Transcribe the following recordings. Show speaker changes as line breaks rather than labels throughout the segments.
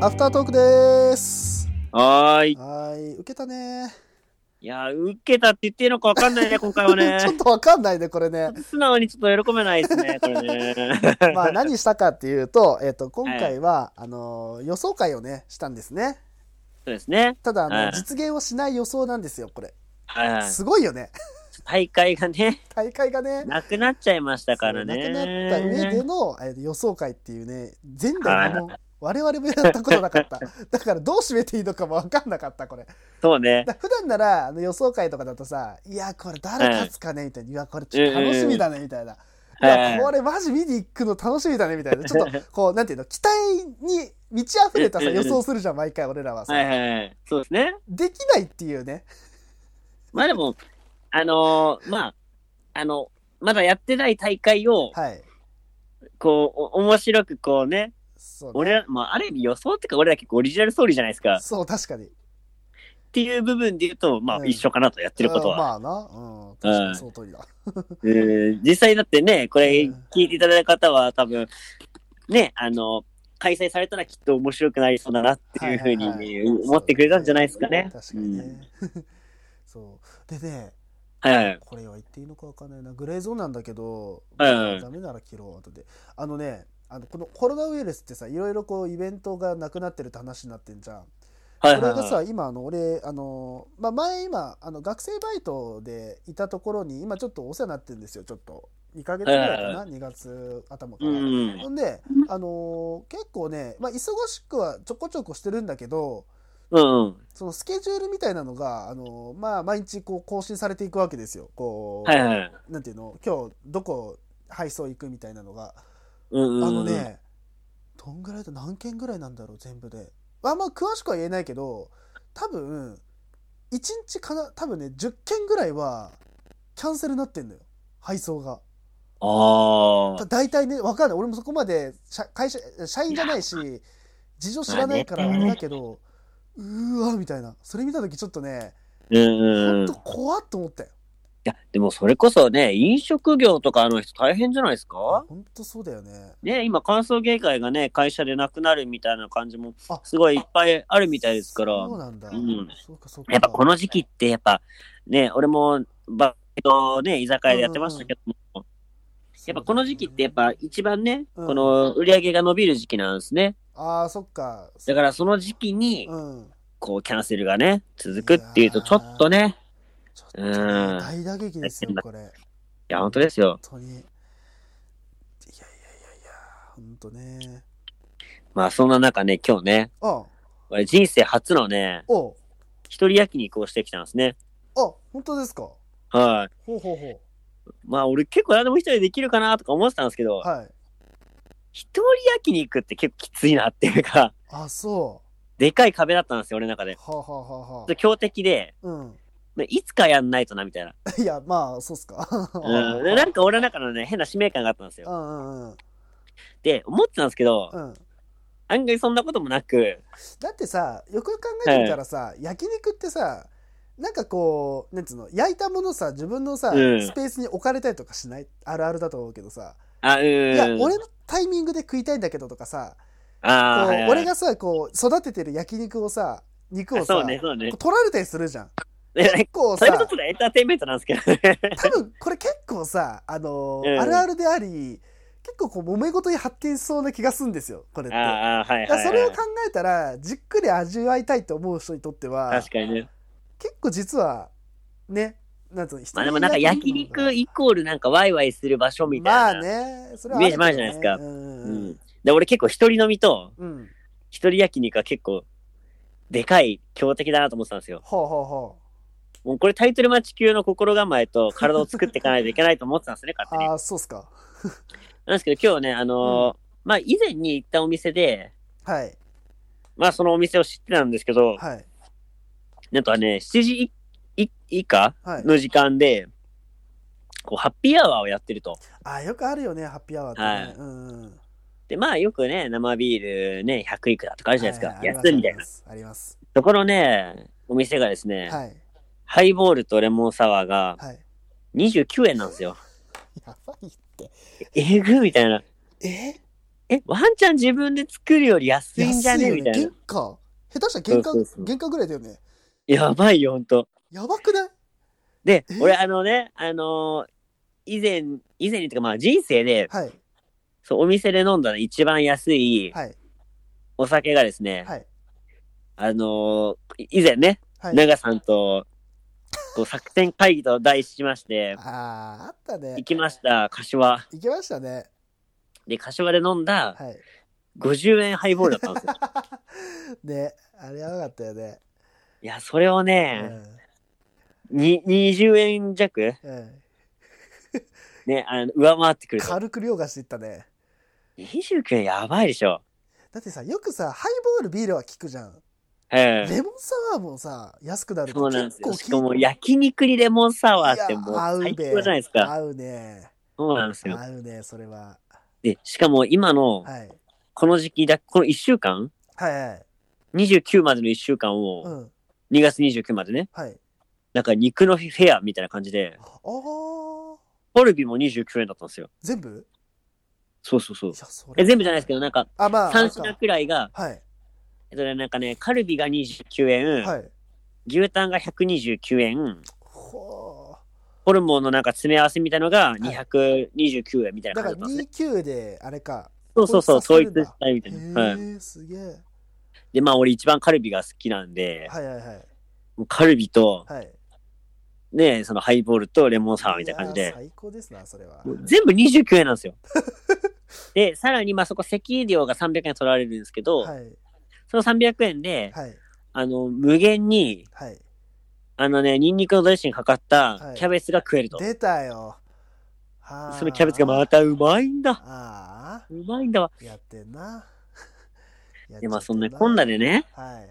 アフタートークでーす。
はーい。
はーい、受けたね
いやー、受けたって言っていいのかわかんな いね、今回はね
ー。。ちょっとわかんないね、これね。
素直にちょっと喜べないですね、こ れね。
まあ、何したかっていうと、えっ、と、今回は、あのー予想会をね、したんですね。
そうですね。
ただ、あの、
はい
実現をしない予想なんですよ、これ。
はいはい。
すごいよね。
大会がね、
大会がね。
なくなっちゃいましたからね。
そうなくなった上での、えー予想会っていうね、前代未聞。我々もやったことなかった。だからどう締めていいのかもわかんなかった、これ。
そうね。
だ普段ならあの予想会とかだとさ、いや、これ誰勝つかねみたいな、いや、これちょっと楽しみだねみたいな、い
はいは
や、
い
これマジ見に行くの楽しみだねみた いな、ちょっとこう、なんていうの、期待に満ち溢れたさ、
うんうん
予想するじゃん、毎回俺らはさ。
はいはいはい。そうですね。
できないっていうね、
まあでも、あのーまあ、あの、まだやってない大会を、
はい。
こう、お面白くこうね、
そうね
俺ら、まあ、ある意味予想っていうか、俺ら結構オリジナルストーリーじゃないですか。っ
そう、確かに。
ていう部分で言うと、ま
う
あ、
ん
一緒かなと、やってること
う
は
ん。まあな、うん、確かにその通りだ。
うん実際だってね、これ聞いていただいた方は多分、ね、あの、開催されたらきっと面白くなりそうだなっていうふう
はいはい
に
はい
思ってくれたんじゃないですかね。
確かにね。 そう。でね、
はいはい。
これは言っていいのかわかんないなグレーゾーンなんだけど、
はいはい
ダメなら切ろう後であのねあのこのコロナウイルスってさいろいろこうイベントがなくなってるって話になってんじゃん、
はいは
こ
い
れが
は
さ今あの俺あの、まあ、前今あの学生バイトでいたところに今ちょっとお世話になってるんですよちょっと2ヶ月ぐらいかな、
はいは
2月頭か
い。
ら、
うん。
ほんで、あの結構ね、まあ、忙しくはちょこちょこしてるんだけど
うんうん。
そのスケジュールみたいなのが、あのまあ、毎日こう更新されていくわけですよこう、
はいはい。
なんていうの今日どこ配送行くみたいなのが、
うんうんうん。
あの。ねどんぐらいだ何件ぐらいなんだろう全部であんま詳しくは言えないけど多分1日かな多分ね10件ぐらいはキャンセルになってんのよ配送が
あ
だ大体ね分かんない俺もそこまで社会社社員じゃないし事情知らないからあ
まあね
れだけど、うーわみたいなそれ見た時ちょっとね
あ。うんうん
ほ
うんん。い
と怖っと思ったよ
や、でもそれこそね、飲食業とかの人大変じゃないですか
ほんとそうだよね
ね、今、乾燥芸会がね、会社でなくなるみたいな感じも
あ、
すごいいっぱいあるみたいですから。
そうなんだ、
うん
そうかそうか
やっぱこの時期って、やっぱね、俺もバイトね、居酒屋でやってましたけども、やっぱこの時期って、やっぱ一番ね、
うん
この売り上げが伸びる時期なんですね。
ああそっか
だからその時期に、
うん
こう、キャンセルがね、続くっていうと、ちょっとね、
ちょっと
う
ね
ん
大打撃ですよこれ本
いや、本当ですよ。
当にいやいやいやいや本当ね
まあ、そんな中ね、今日ね、
あ
俺人生初のね、
お
一人焼肉をしてきたんですね。
あ本当ですかほ
は
うほうほ
い。まあ、俺結構何でも一人でできるかなとか思ってたんですけど、
うはい
一人焼肉って結構きついなっていうか、
あそ
でかい壁だったんですよ、俺の中で
う。はあはあはあは
ちょっと強敵で、
あうん
ねいつかやんないとな、みたいな。
いやまあ そうっすか
うん、でなんか俺の中のね、変な使命感があったんです
う
よ。
んうんうん
で、思ってたんですけど、
うん
案外そんなこともなく、
だってさよくよく考えてみたらさ、焼肉ってさなんかこうなんつうの焼いたものさ自分のさ、
うん
スペースに置かれたりとかしないあるあるだと思うけどさ、
あ、うん。
いや俺のタイミングで食いたいんだけどとかさこう
あー、はいはい
俺がさこう育ててる焼肉をさ肉を
あ
さ
そうね、そうね
こう。取られたりするじゃん
で
結構さ
それこそちょっとエンターテインメントなんですけどね。
多分これ結構さあのー
うん
あるあるであり結構こう揉め事に発展しそうな気がするんですよこれって。
ああー、はい
だか
は
ら
い、
それを
は。
考えたらじっくり味わいたいと思う人にとってはい
確かにね。
結構実はねなんつうの
まあでもなんか焼肉イコールなんかワイワイする場所みたいな。
まあねそれはるけど
イメージもあるじゃないですか
うん
う
うん
ん。で、俺結構一人飲みと
うん、うん、
一人焼肉は結構、でかい強敵だなと思ってたんですよ。
ほうほうほ
もうこれタイトルマッチ級の心構えと体を作っていかないといけないと思ってたんですね、勝手
う
に。
ああそうっすか
なんですけど、今日ね、あのーまあ、以前に行ったお店で、
はい
まあ、そのお店を知ってたんですけど、
はい
なんとね、7時いい以下
はい
の時間で、こう、ハッピーアワーをやってると。
あーよくあるよねハッピーアワーってね、
はい
うんうん
で、まあ、よくね、生ビールね、100いくらとかあるじゃないですか。
はいはい
安いみた
あり
い
ま
な。
すあります
ところね、お店がですね、
はい
ハイボールとレモンサワーが
はい
29円なんですよ。
やばいって
えぐみたいな。
え
え、ワンちゃん自分で作るより安いんじゃ
安い
ね
よ
みた
ね。
いな
原。価。下手したら原
そ
価
うそうそう
原価ぐらいだよね。
やばいよ、ほんと。
やばくない
で
え、
俺、あのね、あのー以前、以前にというか、まあ人生で、
はい。
そう、お店で飲んだの一番安い
はい。
お酒がですね、
はい。
あのー以前ね、
はい。
長さんと、こう、作戦会議と題しまして
あ、あ、あったね
行。きました、柏。
行きましたね。
で、柏で飲んだ
はい。
50円ハイボールだったんですよ。
ね、あれやばかったよね。
いや、それを
う
ね、
ん。
に20円弱
うん。
ね、あの、上回ってくると。
軽く凌駕していったね。
29円やばいでしょ。
だってさ、よくさ、ハイボールビールは効くじゃん。
うん。
レモンサワーもさ、安くなる
そ
と
うなんで
結
す
構
よ。
効い
しかも焼肉にレモンサワーってもう
いや合うべ
最高じゃないですか。
合うね。
そうなんですよ。
合うね、それは。
で、しかも今の
はい。
この時期だ、この1週間、
はいはい。
29までの1週間
う
を、
ん。
2月29までね、
はい。
なんか肉のフェアみたいな感じで、
ああ、
ポルビも29円だったんですよ。
全部
そうそうそ
いうや、。それ。
え全部じゃないですけど、なんか
あ、まあ、
3
あ
品
れか
くらいが、
はい。
えっとね、なんかね、カルビが29円、
はい。
牛タンが129円、
ほ。
ホルモンのなんか詰め合わせみたいのが229円みたいう
だから
な感じだったんですね。
29で、あれか。
そうそうそう、
統
統
一
一
させるんだ
したいみた
へ
いな。はい。
え、すげえ。
で、まあ俺一番カルビが好きなんで、
はいはいはい。
もうカルビと、
はい。
ね、そのハイボールとレモンサワーみたいな感じ
いや
で
ー、最高ですな、それは。
もう全部29円なん ですよ。で、さらに、まあそこ、席料が300円取られるんですけど、
はい。
その300円で、
はい。
あの、無限に、
はい。
あのね、ニンニクのドレッシングかかった
はい
キャベツが食えると。
出たよ。は
そのキャベツがまたうまいんだ。
あ
うまいんだわ。
あ、 やってんな。やっ
で、まあそんな、
ちゃって
こんなでね、
はい。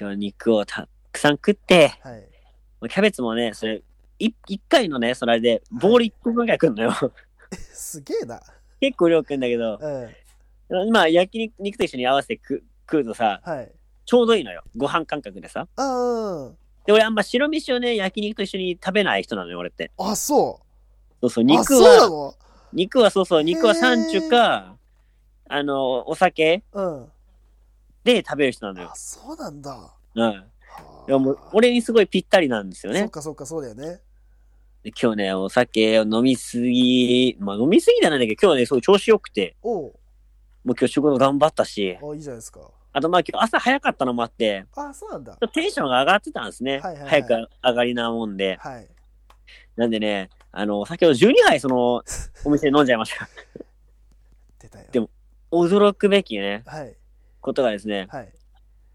今日肉をたくさん食って、
はい。
キャベツもね、それ、い一回のね、それで、ボール1個分ぐらい食んのよ。
すげえな。
結構量食うんだけど、
うん。
まあ焼肉肉と一緒に合わせて食食うとさ、
はい。
ちょうどいいのよ。ご飯感覚でさ。
あー
で、俺あんま白飯をね、焼肉と一緒に食べない人なのよ、俺って。
あ、そ
そうそ
う。
う、
あ、
肉
そうな
は、
の
肉はそうそう、肉は
へー
サンチュか、あの、お酒
うん。
で食べる人なのよ
あ、。そうなんだ。は
うん。
あ
いやもう、俺にすごいぴったりなんですよ
そっ
ね。
かそっか、そうだよね。
で今日ね、お酒を飲みすぎ、まあ飲みすぎじゃないんだけど、今日ね、すごい調子良くて、
おう。
もう今日仕事頑張ったし、
あ、いいじゃないですか。
あとまあ今日朝早かったのもあって、
あ、そうなんだ
ちょ。っとテンションが上がってたんですね。
はいはいはい
早く上がりなもんで。
はい。
なんでね、あの、お酒を12杯その、お店で飲んじゃいました。
出たよ。
でも驚くべきね、
はい。
ことがですね、
はい。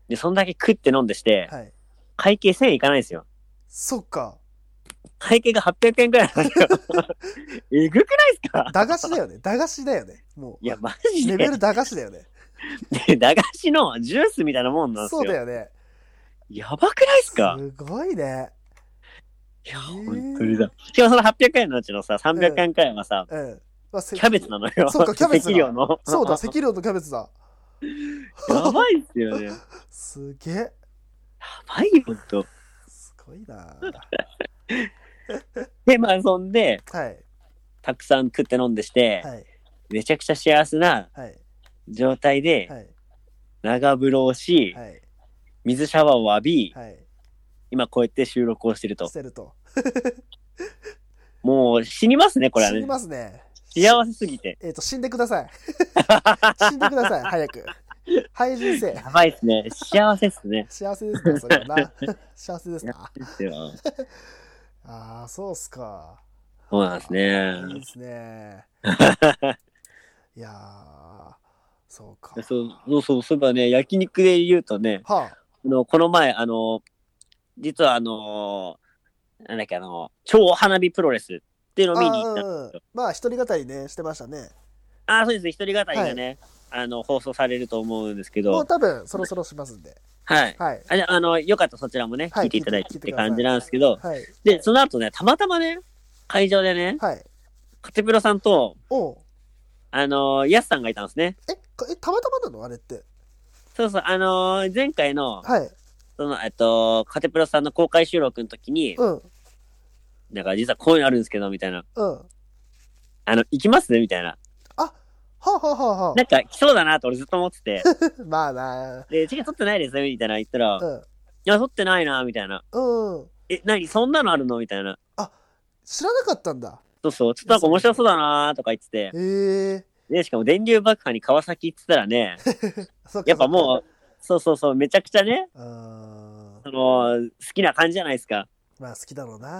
で、そんだけ食って飲んでして、
はい。
会計1000円いかないんですよ。
そっか。
会計が800円くらいなんで すよ。えぐくないですか
駄菓子だよね。駄菓子だよね。も
いや、マ
う。
ジ
レベ
で。
ル駄菓子だよ ね。
で駄菓子のジュースみたいなもんなんですよ。
そうだよね。
やばくないですか
すごいね。
いや、
ー
本当にだ。しかもその800円のうちのさ、300円くらいはさ、
うん。まあ、せ
キャベツなのよ。
そうかキャベツだ
適量の。
そうだ、赤量とキャベツだ。
やばいっすよね。や
すげえ。
ばいよ、ほんと。
すごいな。
で、まあ、そんで、
はい。
たくさん食って飲んでして、
はい。
めちゃくちゃ幸せな
はい。
状態で、
はい。
長風呂をし、
はい。
水シャワーを浴び、
はい。
今こうやって収録をしてると
し。てると。
もう死にますね、これは
死に
ね。
ますね。
幸せすぎて。
えっ、と、死んでくだ さい。死んでください、早く。廃人生。
やばいっすね。幸せっすね。
幸せですね、それは な。幸せですな。
ですよ
ああ、そうっすか。
そうなんですね
あ。ーいいです ね。いやー、そうか。
そうそうそう、そういえばね、焼肉で言うとね、
はあ、
あの、この前、あの、実はあのーなんだっけ、あの、超花火プロレスっていうのを見に行った
あー
ん
うん
ですよ。
まあ、一人語りね、してましたね。
ああ、そうです。一人語りがね、あの、放送されると思うんですけ
も
ど
う、多分、そろそろしますんで。
はい。
はい。
あれあの、よかったらそちらもね、
はい
聞いていただい
聞
て
い
ってて
ください
感じなんですけど、
はい。
で、その後ね、たまたまね、会場でね、
はい。
カテプロさんと、
おう
あのーヤスさんがいたんですね。
え、かえたまたまなのあれって。
そうそう、あのー前回の、
はい。
その、えっと、カテプロさんの公開収録の時に、
うん。
だから実はこういうのあるんですけど、みたいな、
うん。
あの、行きますみたいな。
あ、はあはあはあは
なんか来そうだなと俺ずっと思ってて、
あ。 まあな。
で、チケット取ってないですねみたいな言ったら、いや、取ってないな、みたいな。
うん。うん。
え、何そんなのあるのみたいな。
知らなかったんだ。
そうそう、ちょっとなんか面白そうだなとか言ってて、
へえ。
で、しかも電流爆破に川崎行ってたらね、
そっか
やっぱもう、そうそうそう、めちゃくちゃね、
う。うん。
その、好きな感じじゃないですか。
まあ好きだろうな。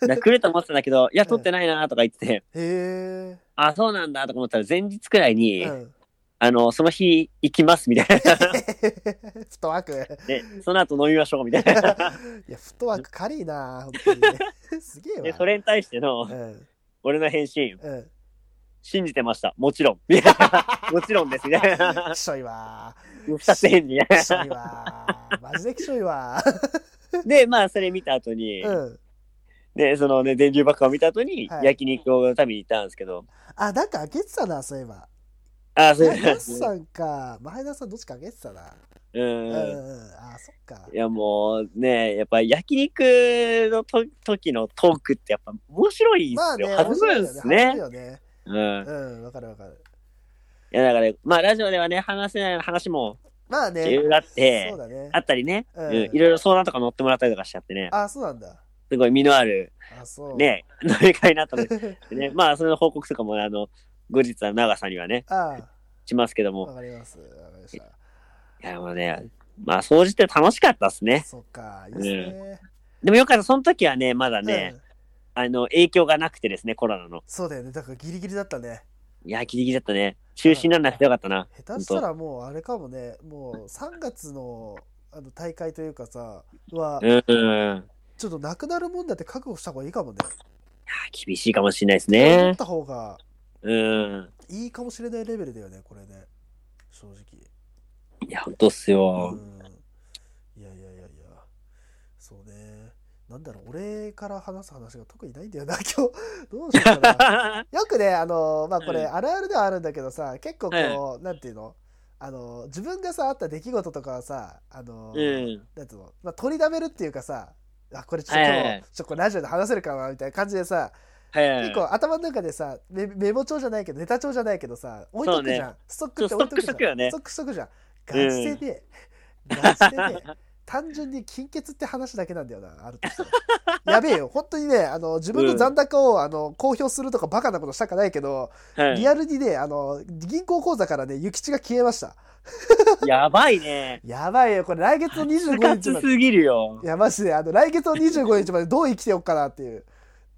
だから来ると思ってたんだけど、いや、取ってないなとか言ってて、
へ
あ、そうなんだとか思ったら、前日くらいに、
え。うん。
あの、その日行きますみたいな。
フットワーク。
で、その後飲みましょうみたいな。
いや、フットワーク軽いな、本当にね。 すげえ
で、
わ。
それに対し ての
う、ん。
俺の返信、
うん。
信じてました。もち ろん。みたいなもちろんです、みたいな
き。しょいわ。
二つ返 事ね
きしょい わ。マジできしょいわ。
で、まあ、それ見た後に、
うん。
で、そのね、電流爆破を見た後に
は、い
焼肉を食べに行ったんですけど、
あ、なんか開けてたな、そういえば。
あ、そう
前
なん
田
ですね。
さんか。前田さんどっちか開けてたな。
う
うんう
ん。
ん。あ、そっか
い。や、もうね、やっぱ焼肉のと時のトークってやっぱ面白いんで
まあ
すよ。
ね、
弾むん
面
です
白いよ
ね
ね。。弾むよね。
うん。
うん、わかるわかる。
いや、だから、まあ、ラジオではね、話せない話も
まあね。
いろいろあって
そうだね
あ。ったりね、
う
うんん、いろいろ相談とか乗ってもらったりとかしちゃってね、
あ、そうなんだ。
すごい身のある、
あ、そう。。
ね、 飲み会になったので、ね、まあ、それの報告とかも、あの、後日は長さんにはね、
あ
しますけど
わ
も、
かります。わかりました。
いや、もうね、まあ、掃除って楽しかったっすね。
そっか、いいですね。
でもよかった、その時はね、まだね
う、ん
あの、影響がなくてですね、コロナの。
そうだよね。だからギリギリだったね。
いや、ギリギリだったね。中止にならなくてよかったな。
下手したらもうあれかもね、もう3月のあの大会というかさ、は
う、ん。いや、
ちょっとなくなるもんだって覚悟した方がいいかもね。
厳しいかもしれないです
思っ
ね。
た方が
うん。
いいかもしれないレベルだよね、これね。正直。
いや、ほんとっす
う
よ。
んいやいやいやいやそうねなんだろう俺から話す話が特にないんだよな 今日どうしようかな よくねあのまあこれ
うん
あるあるではあるんだけどさ結構こうなんていうのあの自分がさあった出来事とかはさあの、
うん。
なんていうの、まあ、取りだめるっていうかさあこれちょっと今
はいはい
日
はい
ちょっとこれラジオで話せるかなみたいな感じでさ
はい。
結構頭の中でさメメモ帳じゃないけどネタ帳じゃないけどさ置いとくじゃん、ストックって置いとくじゃん
ストックしとくよね
ストックしとくじゃんガチでね、ガチで ね単純に金欠って話だけなんだよなあるとしたらやべえよ本当にねあの自分の残高を、あの公表するとかバカなことしたかないけど、
はい
リアルにねあの銀行口座からね諭吉が消えました
やばいね。
やばいよこれ来月の
部
25日
活
まです
ぎるよ
い。やマジであの来月の25日までどう生きておくかなっていう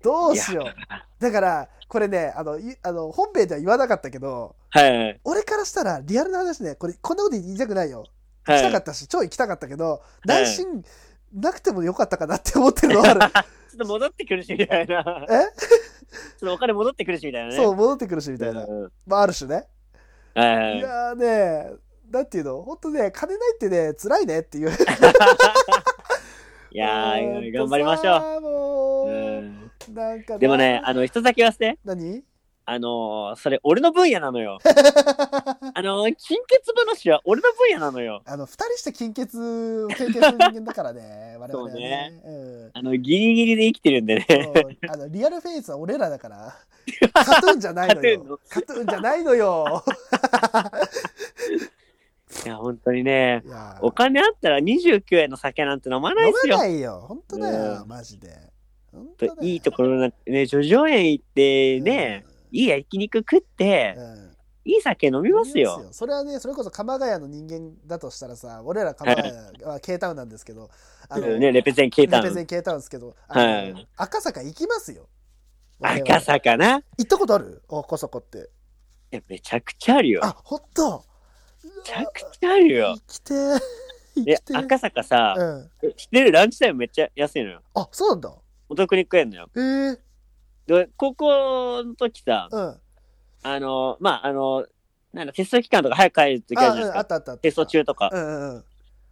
どうしようだからこれねあのいあの本編では言わなかったけど
はい。
俺からしたらリアルな話ねこれこんなこと言いたくないよ行
は
きた
い。
かったし、超行きたかったけど内心なくてもよかったかなって思ってるのはある
ちょっと戻ってくるし、みたいな。
え
ちょっとお金戻ってくるし、みたいな ね。
そう
う。
戻ってくるしみたいな、
ん
まあ、ある種ね、
はいいはい。
やーねなんていうの本当ね金ないってね辛いねっていう
いや
ほん
ー、
と
頑張り ましょ
さーも
う。
う、
うん
なんかな
でもね、あの、一つだけ言わせて。
何
あのー、それ、俺の分野なの よ。あのー、金欠話は俺の分野なのよ。
あの2人して金欠を経験する人間だから ね我々はねうん
あの、ギリギリで生きてるんでね。
そうあのリアルフェイスは俺らだ から。カトゥーンじゃないのよ。カトゥーンじゃないの よ。
いや、本当にね。
いや
お金あったら29円の酒なんて飲まない
飲
です
ま
よ
な。いよ。本当だよ、
うん
マジで。本当だ
と
よ
いいところなんかね、叙々苑行ってね、いい焼肉食って
う、ん
いい酒飲み
うん
ますよ。
それはね、それこそ鎌ヶ谷の人間だとしたらさ、俺ら鎌ヶ谷は K タウンなんですけど、あの、
ね、レペゼンケータ
レペゼ
ン。
ン K タウンですけど、あの
はい
赤坂行きますよ。我々
赤坂な。い
行ったことある赤坂って。
や、めちゃくちゃあるよ。め
あ、ほんと
ちゃくちゃある
行
よ。
きてー。行
で
き、てー。
赤坂さ、
うん。
知ってるランチタイムめっちゃ安いのよ。
あ、そうなんだ。
お得に食えんのよ。
えー、
で、高校の時さ、
うん。
あの、まあ、あの、なんだ、テスト期間とか早く帰る時あるじゃないです
あうんあっ
か。
たあったあった
テスト中とか。
うんうんうん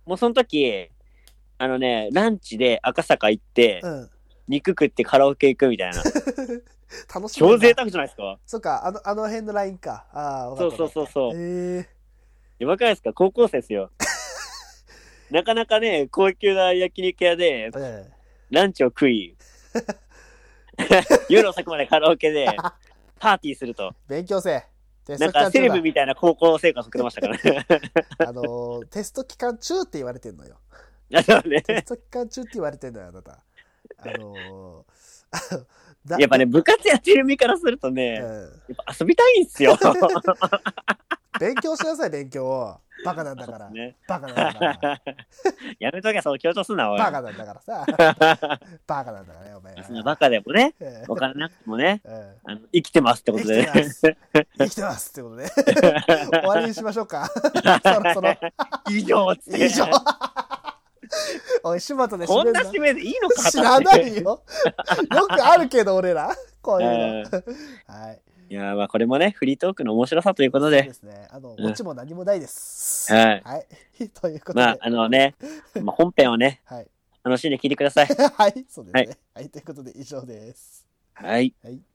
もうその時、あのね、ランチで赤坂行って、
うん
肉食ってカラオケ行くみたいな。
楽しみ
超
だ
贅沢じゃないですか。
そっかあのあの辺のラインかああ
そうそうそうそう。
え
やばくないですか高校生で すよ。なかなかね、高級な焼肉屋で
ええ
ランチを 食い、夜遅くまでカラオケで
え
パーティーすると。
勉強生で
なんか
そ
セ
っ
レ
ら
ブみたいな高校生活送ってましたからね。
あのーテスト期間中って言われてんの よ。
だからね
テスト期間中って言われてんのよ、あなた。あのー、あのだ
やっぱね、部活やってる身からするとね、
う
やっ
ん、
ぱ遊びたいんすよ。
勉強しなさい、勉強を。バカなんだから。
ね、
バカなんだから。
やめとけ、その強調すんな、おい。
バカなんだからさ。バカなんだからね、お前。
そんなバカでもね、
うん
わからなくてもね、
うん
あの生きてますってこと
生
で、
きてます生きてますってことで終わりにしましょうかそろそろ
以上っつって
以上おい柴田で
こ
締
ん
めん
な
な
締めでいいのか
知らな
っ
いよよくあるけど俺らこう
て
いう
うん
のはい
いやーまあこれもね、フリートークの面白さということ
そう
で
で、すねあの
うん
オチも何もないです
はい
はいということで
まあ
は
あのね、まあ、本編をね、
い
楽しんで聞いてください。
はいそうですねはいということで以上です
はい。
はい